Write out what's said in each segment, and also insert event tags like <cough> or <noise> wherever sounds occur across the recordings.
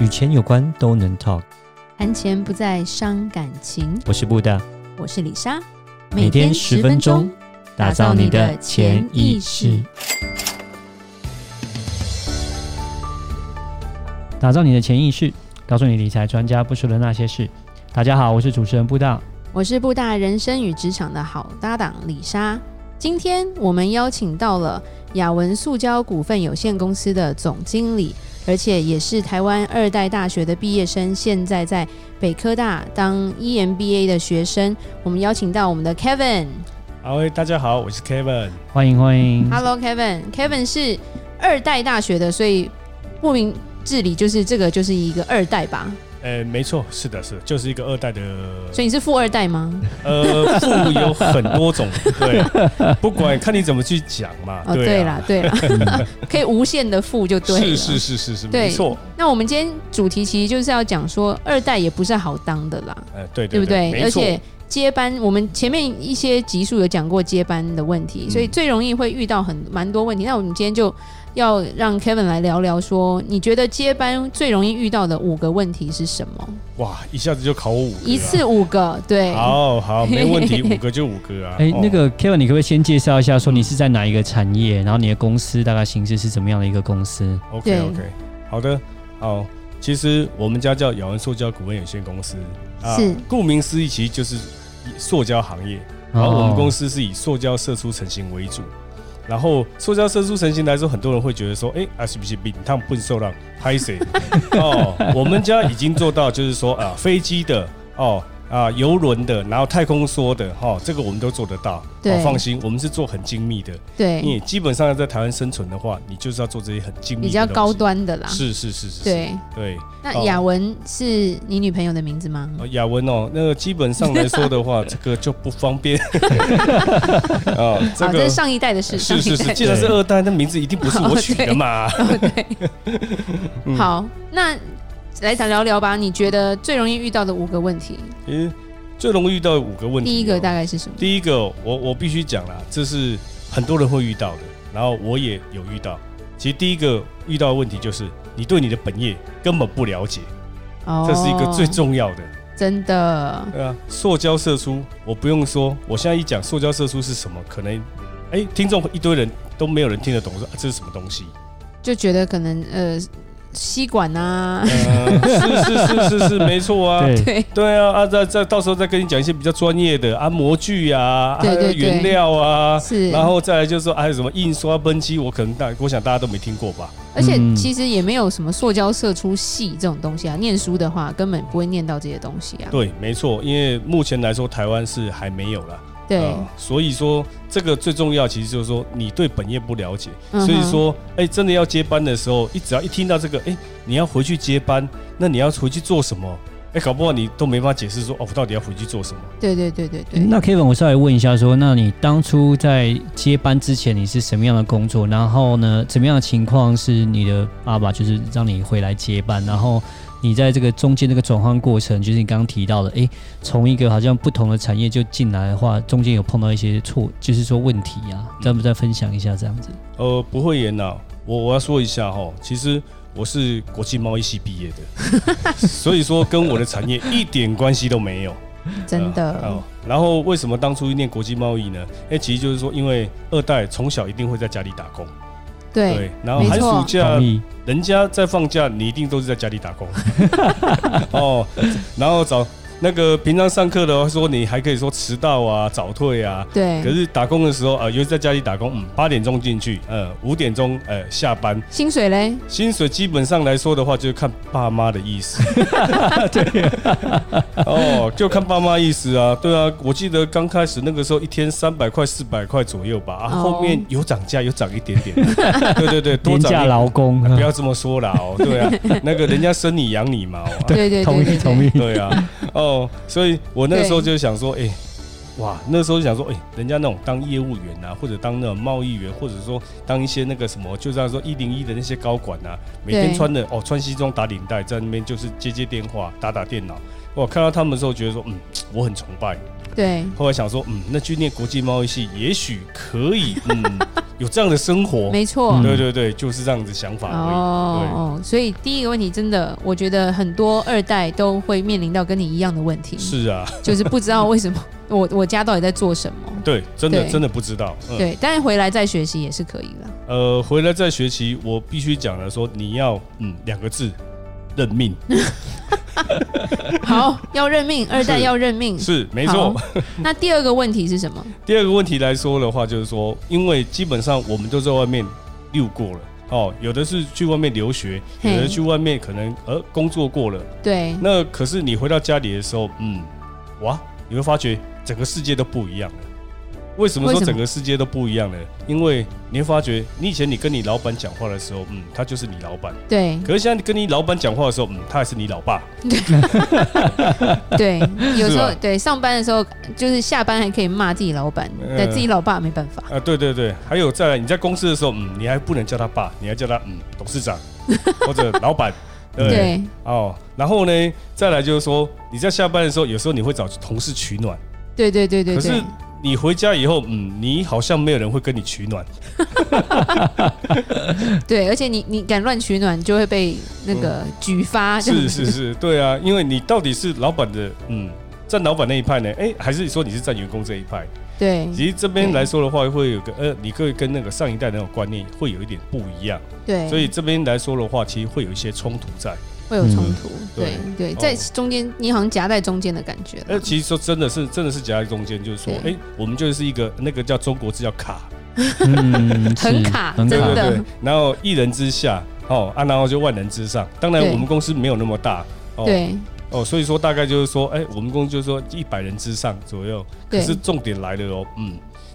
与钱有关都能 talk。谈钱不再伤感情。我是布大，我是李莎，每天十分钟，打造你的潜意识，打造你的潜意识，告诉你理财专家不说的那些事。大家好，我是主持人布大。我是布大人生与职场的好搭档李莎。今天我们邀请到了雅文塑胶股份有限公司的总经理，而且也是台湾二代大学的毕业生，现在在北科大当 E EMBA 的学生。我们邀请到我们的 Kevin。好，喂大家好，我是 Kevin。欢迎欢迎 Hello Kevin。Kevin 是二代大学的，所以不明治理就是这个就是一个二代吧？呃，没错，是的，是的，就是一个二代的，所以你是富二代 <laughs> 吗？呃，父母有很多种， <laughs> 对，不管看你怎么去讲嘛，哦，对对啊，啦，对啦， <laughs> 可以无限的富就对了。是是是是是，对没错，那我们今天主题其实就是要讲说，二代也不是好当的啦，呃，对对对不对？没而错，且接班，我们前面一些集数有讲过接班的问嗯题，所以最容易会遇到很蛮多问题。那我们今天就要让 Kevin 来聊聊说，你觉得接班最容易遇到的五个问题是什么？哇，一下子就考我五个啊一次，五个，对，好好，没问 <laughs> 题，五个就五个啊。哎、哦那个 Kevin，你可不可以先介绍一下，说你是在哪一个产业，然后你的公司大概形式是怎么样的一个公司？ OK 对 OK，好的，好。其实我们家叫雅文塑胶股份有限公司，啊是顾名思义，其实就是以塑胶行业。然哦后我哦们公司是以塑胶射出成型为主。然后塑胶射出成型来说，很多人会觉得说，哎，啊是不是饼烫不受让拍 <laughs> 谁？哦，我们家已经做到，就是说啊，飞机的哦啊，游轮的，然后太空梭的，哈、哦，这个我们都做得到。对哦，放心，我们是做很精密的。对，你基本上要在台湾生存的话，你就是要做这些很精密比的较高东西。端的啦。是是是是，是对，对。那哦雅文是你女朋友的名字吗？哦雅文哦，那个基本上来说 <laughs> 的话，这个就不方便。哦，这好，个这是上一代的事，是上是一代是，的既然是二代，那名字一定不是我取的嘛。嗯好，那来聊聊吧。你觉得最容易遇到的五个问题，其实最容易遇到五个问题哦、第一个大概是什么？哦第一个我我必须讲啦，这是很多人会遇到的，然后我也有遇到。其实第一个遇到的问题就是你对你的本业根本不了解，哦这是一个最重要的。真的对啊，塑胶射出，我不用说，我现在一讲塑胶射出是什么，可能哎、听众一堆人都没有人听得懂，说、啊、这是什么东西。就觉得可能呃吸管啊，呃，是是是是是，没错啊。对对对啊，啊，再再到时候再跟你讲一些比较专业的啊，模具啊，对还有对对原料啊，是，然后再来就是说还有什么印刷、喷漆，我可能大，我想大家都没听过吧？而且嗯其实也没有什么塑胶射出系这种东西啊，念书的话根本不会念到这些东西啊。对，没错，因为目前来说台湾是还没有啦。对啊所以说这个最重要，其实就是说你对本业不了解，嗯哼所以说，哎、真的要接班的时候，一只要一听到这个，哎、你要回去接班，那你要回去做什么？哎、搞不好你都没办法解释说，哦，我到底要回去做什么？对对对对诶嗯对，那 Kevin，我稍微问一下说那你当初在接班之前，你是什么样的工作？然后呢，怎么样的情况是你的爸爸就是让你回来接班？然后你在这个中间这个转换过程，就是你刚刚提到的，诶，从一个好像不同的产业就进来的话，中间有碰到一些错，就是说问题啊，再不再分享一下这样子？呃，不会演呐、我我要说一下哈，其实我是国际贸易系毕业的， <laughs> 所以说跟我的产业一点关系都没有。真呃的哦，然后为什么当初念国际贸易呢？哎、其实就是说，因为二代从小一定会在家里打工，对，然后没嗯寒错暑假同意。人家在放假，你一定都是在家里打工。哦，然后早那个平常上课的说你还可以说迟到啊、早退啊，可对，是打工的时候啊、呃，尤其在家里打工，嗯，八点钟进去，呃，五点钟呃下班，薪水嘞，薪水基本上来说的话，就是看爸妈的意思。对，哦，就看爸妈意思啊。对啊，我记得刚开始那个时候，一天三百块、四百块左右吧。啊，哦后面有涨价，有涨一点点。对对对，多廉涨价一啊劳工，不要这么说啦哦，对啊，那个人家生你养你嘛，哦啊对对同对意对同对，意。 <laughs> 对啊，哦，所以我那个时候就想说，哎、哇，那时候就想说，哎、人家那种当业务员啊，或者当那种贸易员，或者说当一些那个什么，就像说一零一的那些高管啊，每天对穿的哦穿西装打领带，在那边就是接接电话、打打电脑，我看到他们的时候，觉得说，嗯，我很崇拜。对，后来想说，嗯，那去念国际贸易系，也许可以， <laughs> 嗯，有这样的生活。没错。嗯对对对，就是这样子想法而已。哦哦，所以第一个问题真的，我觉得很多二代都会面临到跟你一样的问题，是啊，就是不知道为什么 <laughs> 我我家到底在做什么。对，真的对真的不知道。嗯，对，但是回来再学习也是可以的。 <laughs> 呃，回来再学习，我必须讲了，说你要嗯两个字，认命嗯好，要认命，二代要认命。是没错好。那第二个问题是什么？ <laughs> 第二个问题来说的话，就是说，因为基本上我们都在外面溜过了。哦，有的是去外面留学，有嘿嗯的去外面可能呃工作过了，对，那可是你回到家里的时候，嗯，哇，你会发觉整个世界都不一样了。为什么为说什么整个世界都不一样呢？因为你会发觉，你以前你跟你老板讲话的时候，嗯，他就是你老板；对，可是现在你跟你老板讲话的时候，嗯，他还是你老爸。对，有时候吧对上班的时候，就是下班还可以骂自己老板，呃但自己老爸没办法。啊，对对对，还有再来，你在公司的时候，嗯，你还不能叫他爸，你还叫他嗯董事长或者 <laughs> 老板。对不对对，哦，然后呢，再来就是说，你在下班的时候，有时候你会找同事取暖，对对对对可是对，你回家以后，嗯，你好像没有人会跟你取暖。啊对，而且你你敢乱取暖，就会被那个举发。这样嗯是子是是，对啊，因为你到底是老板的，嗯，站老板那一派呢？哎、还是说你是站员工这一派？对其实这边来说的话，会有个呃，你会跟那个上一代那种观念会有一点不一样，对，所以这边来说的话，其实会有一些冲突在。会有冲突。对对，对哦在中间你好像夹在中间的感觉了。哎、其实说真的是，真的是夹在中间，就是说，哎、对我们就是一个那个叫中国字叫卡，嗯， <laughs> 很是卡很真卡的，嗯然后一人之下，哦啊，然后就万人之上。当然，对我们公司没有那么大。哦对哦，所以说大概就是说，哎、我们公司就是说一百人之上左右，可是对重点来了哦，嗯，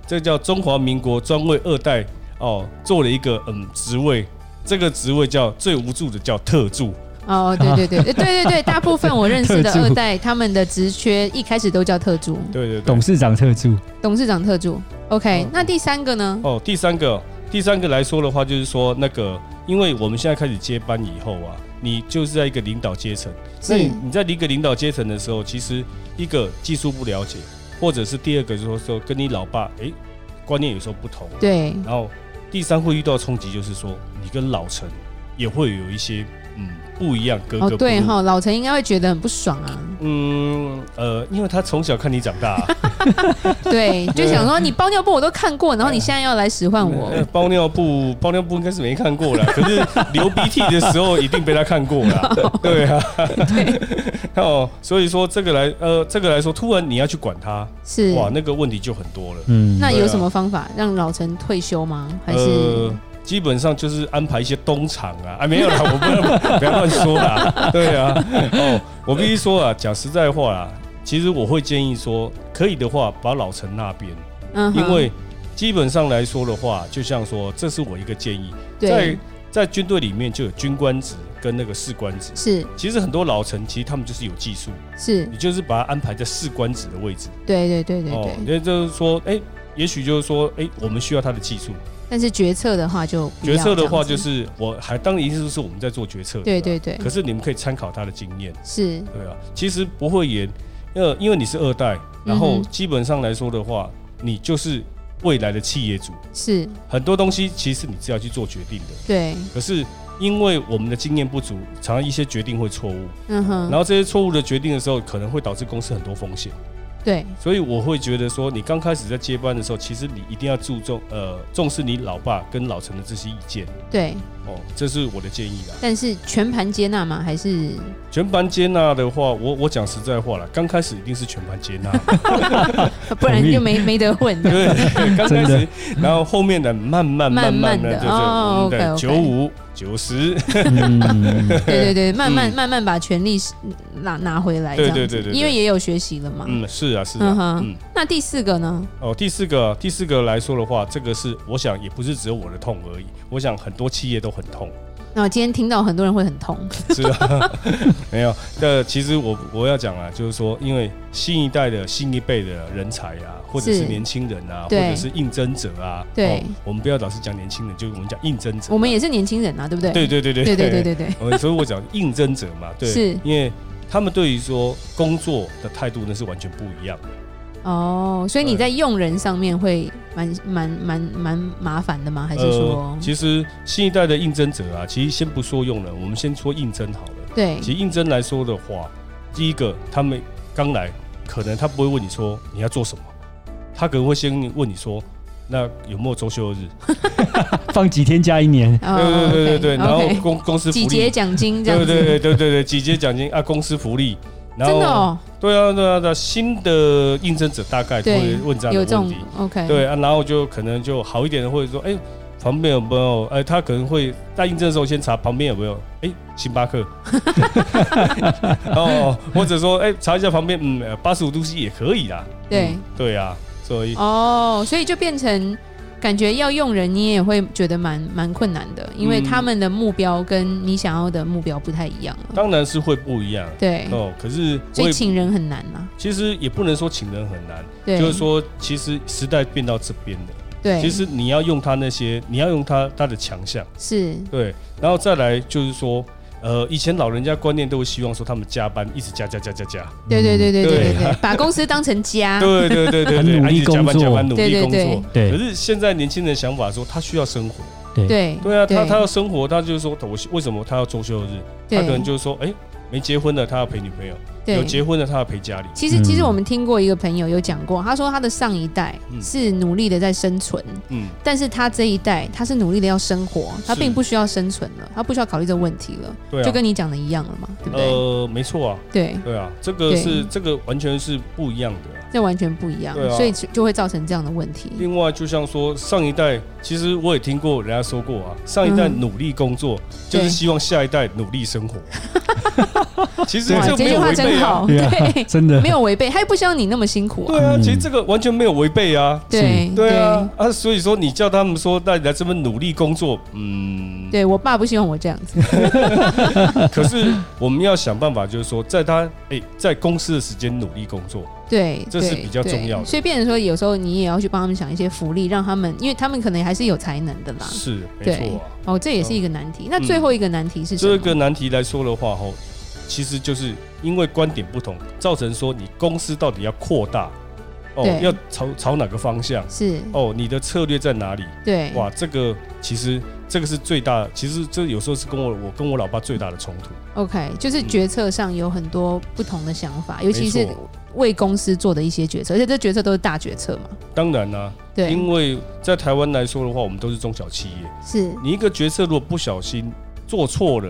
这叫中华民国专为二代哦做了一个嗯职位，这个职位叫最无助的叫特助，哦，对对对对对对对，大部分我认识 <laughs> 的特助二代，他们的职缺一开始都叫特助，对对对董。事长特助，董事长特助。OK，嗯那第三个呢？哦，第三个，第三个来说的话，就是说那个，因为我们现在开始接班以后啊，你就是在一个领导阶层，那是你你在一个领导阶层的时候，其实一个技术不了解，或者是第二个就是说说跟你老爸哎、观念有时候不同，对然后第三会遇到冲击，就是说你跟老陈也会有一些嗯不一样，格哦格不入。对哈，老陈应该会觉得很不爽啊。嗯呃，因为他从小看你长大、啊 <laughs> 对，就想说你包尿布我都看过，然后你现在要来使唤我，呃包尿布包尿布应该是没看过啦，可是流鼻涕的时候一定被他看过 <laughs> 啦。哦对啊，对 <laughs> 哦，所以说这个来呃这个来说，突然你要去管他，是。哇，那个问题就很多了。嗯，那对有啊呃什么方法让老陈退休吗？还是基本上就是安排一些东厂啊，啊没有啦，我不 <laughs> 要不要乱说啦，对啊，哦，我必须说啊，讲实在话啦，其实我会建议说，可以的话把老陈那边，嗯哼因为基本上来说的话，就像说，这是我一个建议，在对在军队里面就有军官职跟那个士官职，是其实很多老陈其实他们就是有技术，是你，就是把他安排在士官职的位置，对对对对哦，对。那就是说，哎、也许就是说，哎、我们需要他的技术。但是决策的话就不要决策的话，这就样子是我还当然一定是我们在做决策，对吧对对可是你们可以参考他的经验，是对啊。其实不会演，呃，因为你是二代，然后嗯哼基本上来说的话，你就是未来的企业主，是，很多东西其实你是要去做决定的。对，可是因为我们的经验不足，常常一些决定会错误，嗯然哼，后这些错误的决定的时候，可能会导致公司很多风险。对所以我会觉得说，你刚开始在接班的时候，其实你一定要注重呃重视你老爸跟老陈的这些意见对。哦，这是我的建议啦。但是全盘接纳吗？还 <laughs> 是全盘接纳的话，我我讲实在话了，刚开始一定是全盘接纳， <laughs> 不然同意就没没得 <laughs> 混的？对，刚开真的始，然后后面的慢慢慢慢慢慢地的，哦就是对 OK，OK 九五九十，嗯， <laughs> 对对对，慢慢嗯慢慢把权力拿拿回来，这样子对对对对对因为也有学习了嘛。嗯，是啊是嗯啊，哼嗯，那第四个呢？哦，第四个第四个来说的话，这个是我想也不是只有我的痛而已，我想很多企业都很痛，那我今天听到很多人会很痛，是啊，没有，但其实我我要讲啊，就是说，因为新一代的新一辈的人才啊，或者是是年轻人啊，或对者是应征者啊，对哦我们不要老是讲年轻人，就是我们讲应征者，我们也是年轻人啊，对不对？对对对对哦对对对对对呃所以我讲应征者嘛，对，是因为他们对于说工作的态度那是完全不一样的。哦，所以你在用人上面会蛮蛮蛮蛮麻烦的吗？还是说呃，，其实新一代的应征者啊，其实先不说用人，我们先说应征好了。对其实应征来说的话，第一个他们刚来，可能他不会问你说你要做什么，他可能会先问你说。那有没有周休日？放几天加一年，哦对对对对 OK，对，然后 OK 公公司几福节利，奖金这对样对子，对对对对，几节奖金啊，公司福利，然真后的哦，对啊对啊对啊，新的应征者大概对会问这有样这的种问题， OK，对啊，然后就可能就好一点的，或者说，哎、旁边有没有？哎、他可能会在印证的时候先查旁边有没有，哎、星巴克， <laughs> 哦，或者说，哎、查一下旁边，嗯，八十五度 C 也可以啦。对嗯对啊，所以、哦，所以就变成感觉要用人，你也会觉得蛮蛮困难的，因为嗯他们的目标跟你想要的目标不太一样了。当然是会不一样对，哦。可是所我以也请人很难呐。其实也不能说请人很难，对，就是说，其实时代变到这边的，对，其实你要用他那些，你要用他他的强项。是对，然后再来就是说，呃，以前老人家观念都会希望说他们加班一直加加加加加，对对对对对对对对，把公司当成家。对对对对很对，努啊一力直加工班作加班努力啊对对工对作。对可是现在年轻人想法说他需要生活，对对啊，他他要生活，他就是说我为什么他要周休日？他对可能就是说，哎，没结婚的他要陪女朋友，有对。结婚的他要陪家里。其实，其实嗯我们听过一个朋友有讲过，他说他的上一代嗯是努力的在生存，嗯，但是他这一代他是努力的要生活，他是并不需要生存了，他不需要考虑这个问题了，对就啊，跟你讲的一样了嘛，对不对？呃，没错啊，对，对啊，这个对是这个完全是不一样的啊。这完全不一样，对啊所以就就会造成这样的问题。另外，就像说上一代，其实我也听过人家说过啊，上一代嗯努力工作，就对是希望下一代努力生活。其实哇，这这个没句有话违真背啊，好，对啊对， <laughs> 真的没有违背，他也不希望你那么辛苦啊，对啊，嗯其实这个完全没有违背啊。嗯对对啊，啊，所以说你叫他们说，那你来这边努力工作，嗯 <laughs> 对，对我爸不希望我这样 <laughs> 子，可是我们要想办法，就是说，在他哎、在公司的时间努力工 <laughs> 作，对，这是对比较重对要的所以变成说，有时候你也要去帮他们想一些福利，让他们，因为他们可能还是有才能的啦。是没对错啊。哦，这也是一个难题。那最后一个难题是什么？这个难题来说的话，吼，其实就是因为观点不同，造成说你公司到底要扩大，哦对，要朝朝哪个方向，是，哦，你的策略在哪里？对，哇，这个其实这个是最大，其实这有时候是跟我我跟我老爸最大的冲突。 OK，就是决策上有很多不同的想法，尤其是嗯没错为公司做的一些决策，而且这决策都是大决策嘛。当然啦、对，因为在台湾来说的话，我们都是中小企业，是你一个决策如果不小心做错了，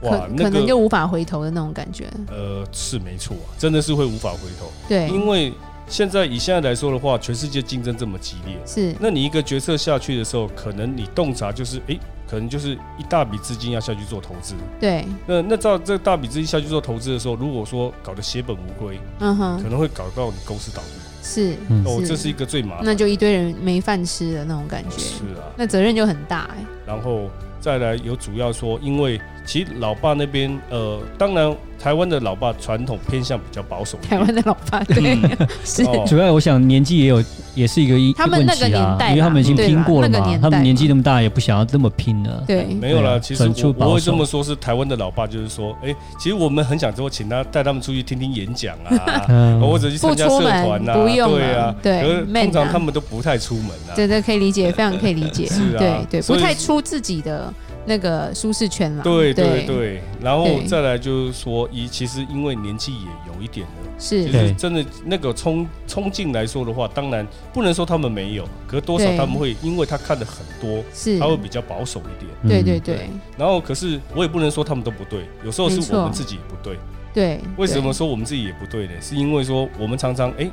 可哇，可那能个就无法回头的那种感觉。呃是没错、啊，真的是会无法回头，对，因为现在以现在来说的话，全世界竞争这么激烈。是那你一个决策下去的时候，可能你洞察就是，诶，可能就是一大笔资金要下去做投资。对，那那照这大笔资金下去做投资的时候，如果说搞得血本无归，嗯可哼，能会搞到你公司倒闭。是，嗯哦，这是一个最麻烦。那就一堆人没饭吃的那种感觉，是啊，那责任就很大哎、然后再来有主要说，因为其实老爸那边，呃，当然台湾的老爸传统偏向比较保守一台点，湾的老爸对，是。嗯哦主要我想年纪也有，也是一个一他们问那个题啦年代因为啦他们已经对拼啦过了那个嘛年，代他们年纪嘛那么大，也不想要这么拼了。对，没有对啊啦，其实转出我保我会这守，么说，是台湾的老爸，就是说，哎、其实我们很想说，请他带他们出去听听演讲 <laughs> 啊嗯或者去参加社团不啊，出门不用啊对啊，对可是，man 啊通常他们都不太出门啊，这这可以理解，非常可以理解。是啊对对，不所以太出自己的那个舒适圈了。对对对，对，然后对再来就是说，一其实因为年纪也有一点了，是其对实真的那个冲冲劲来说的话，当然不能说他们没有，可是多少对他们会因为他看的很多，是他，会比较保守一点。嗯对对对然后可是我也不能说他们都不对，有时候没是错我们自己也不对。对。为什么说我们自己也不对呢？是因为说我们常常哎、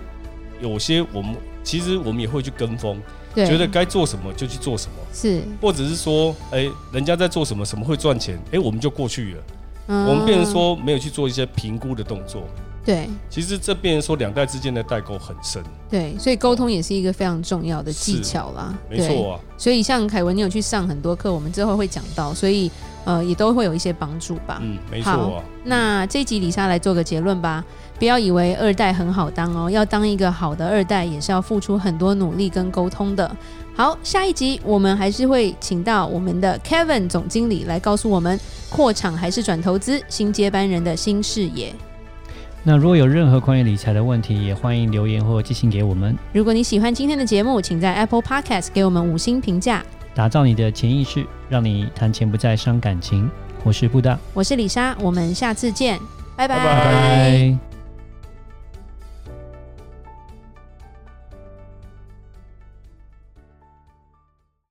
有些我们其实我们也会去跟风，对觉得该做什么就去做什么。是？或者是说，哎、人家在做什么，什么会赚钱，哎、我们就过去了。我我们变成说没有去做一些评估的动作，对其实这变成说两代之间的代沟很深，对，所以沟通也是一个非常重要的技是巧啦。没对错啊。所以像凯文，你有去上很多课，我们之后会讲到，所以呃也都会有一些帮助吧。嗯，没错啊。那这一集李莎来做个结论吧，不要以为二代很好当哦，要当一个好的二代也是要付出很多努力跟沟通的。好，下一集我们还是会请到我们的 Kevin 总经理来告诉我们，扩厂还是转投资，新接班人的新视野。那如果有任何关于理财的问题，也欢迎留言或寄信给我们，如果你喜欢今天的节目，请在 Apple Podcast 给我们五星评价。打造你的潜意识，让你谈钱不再伤感情。我是布大，我是李莎，我们下次见，拜拜拜。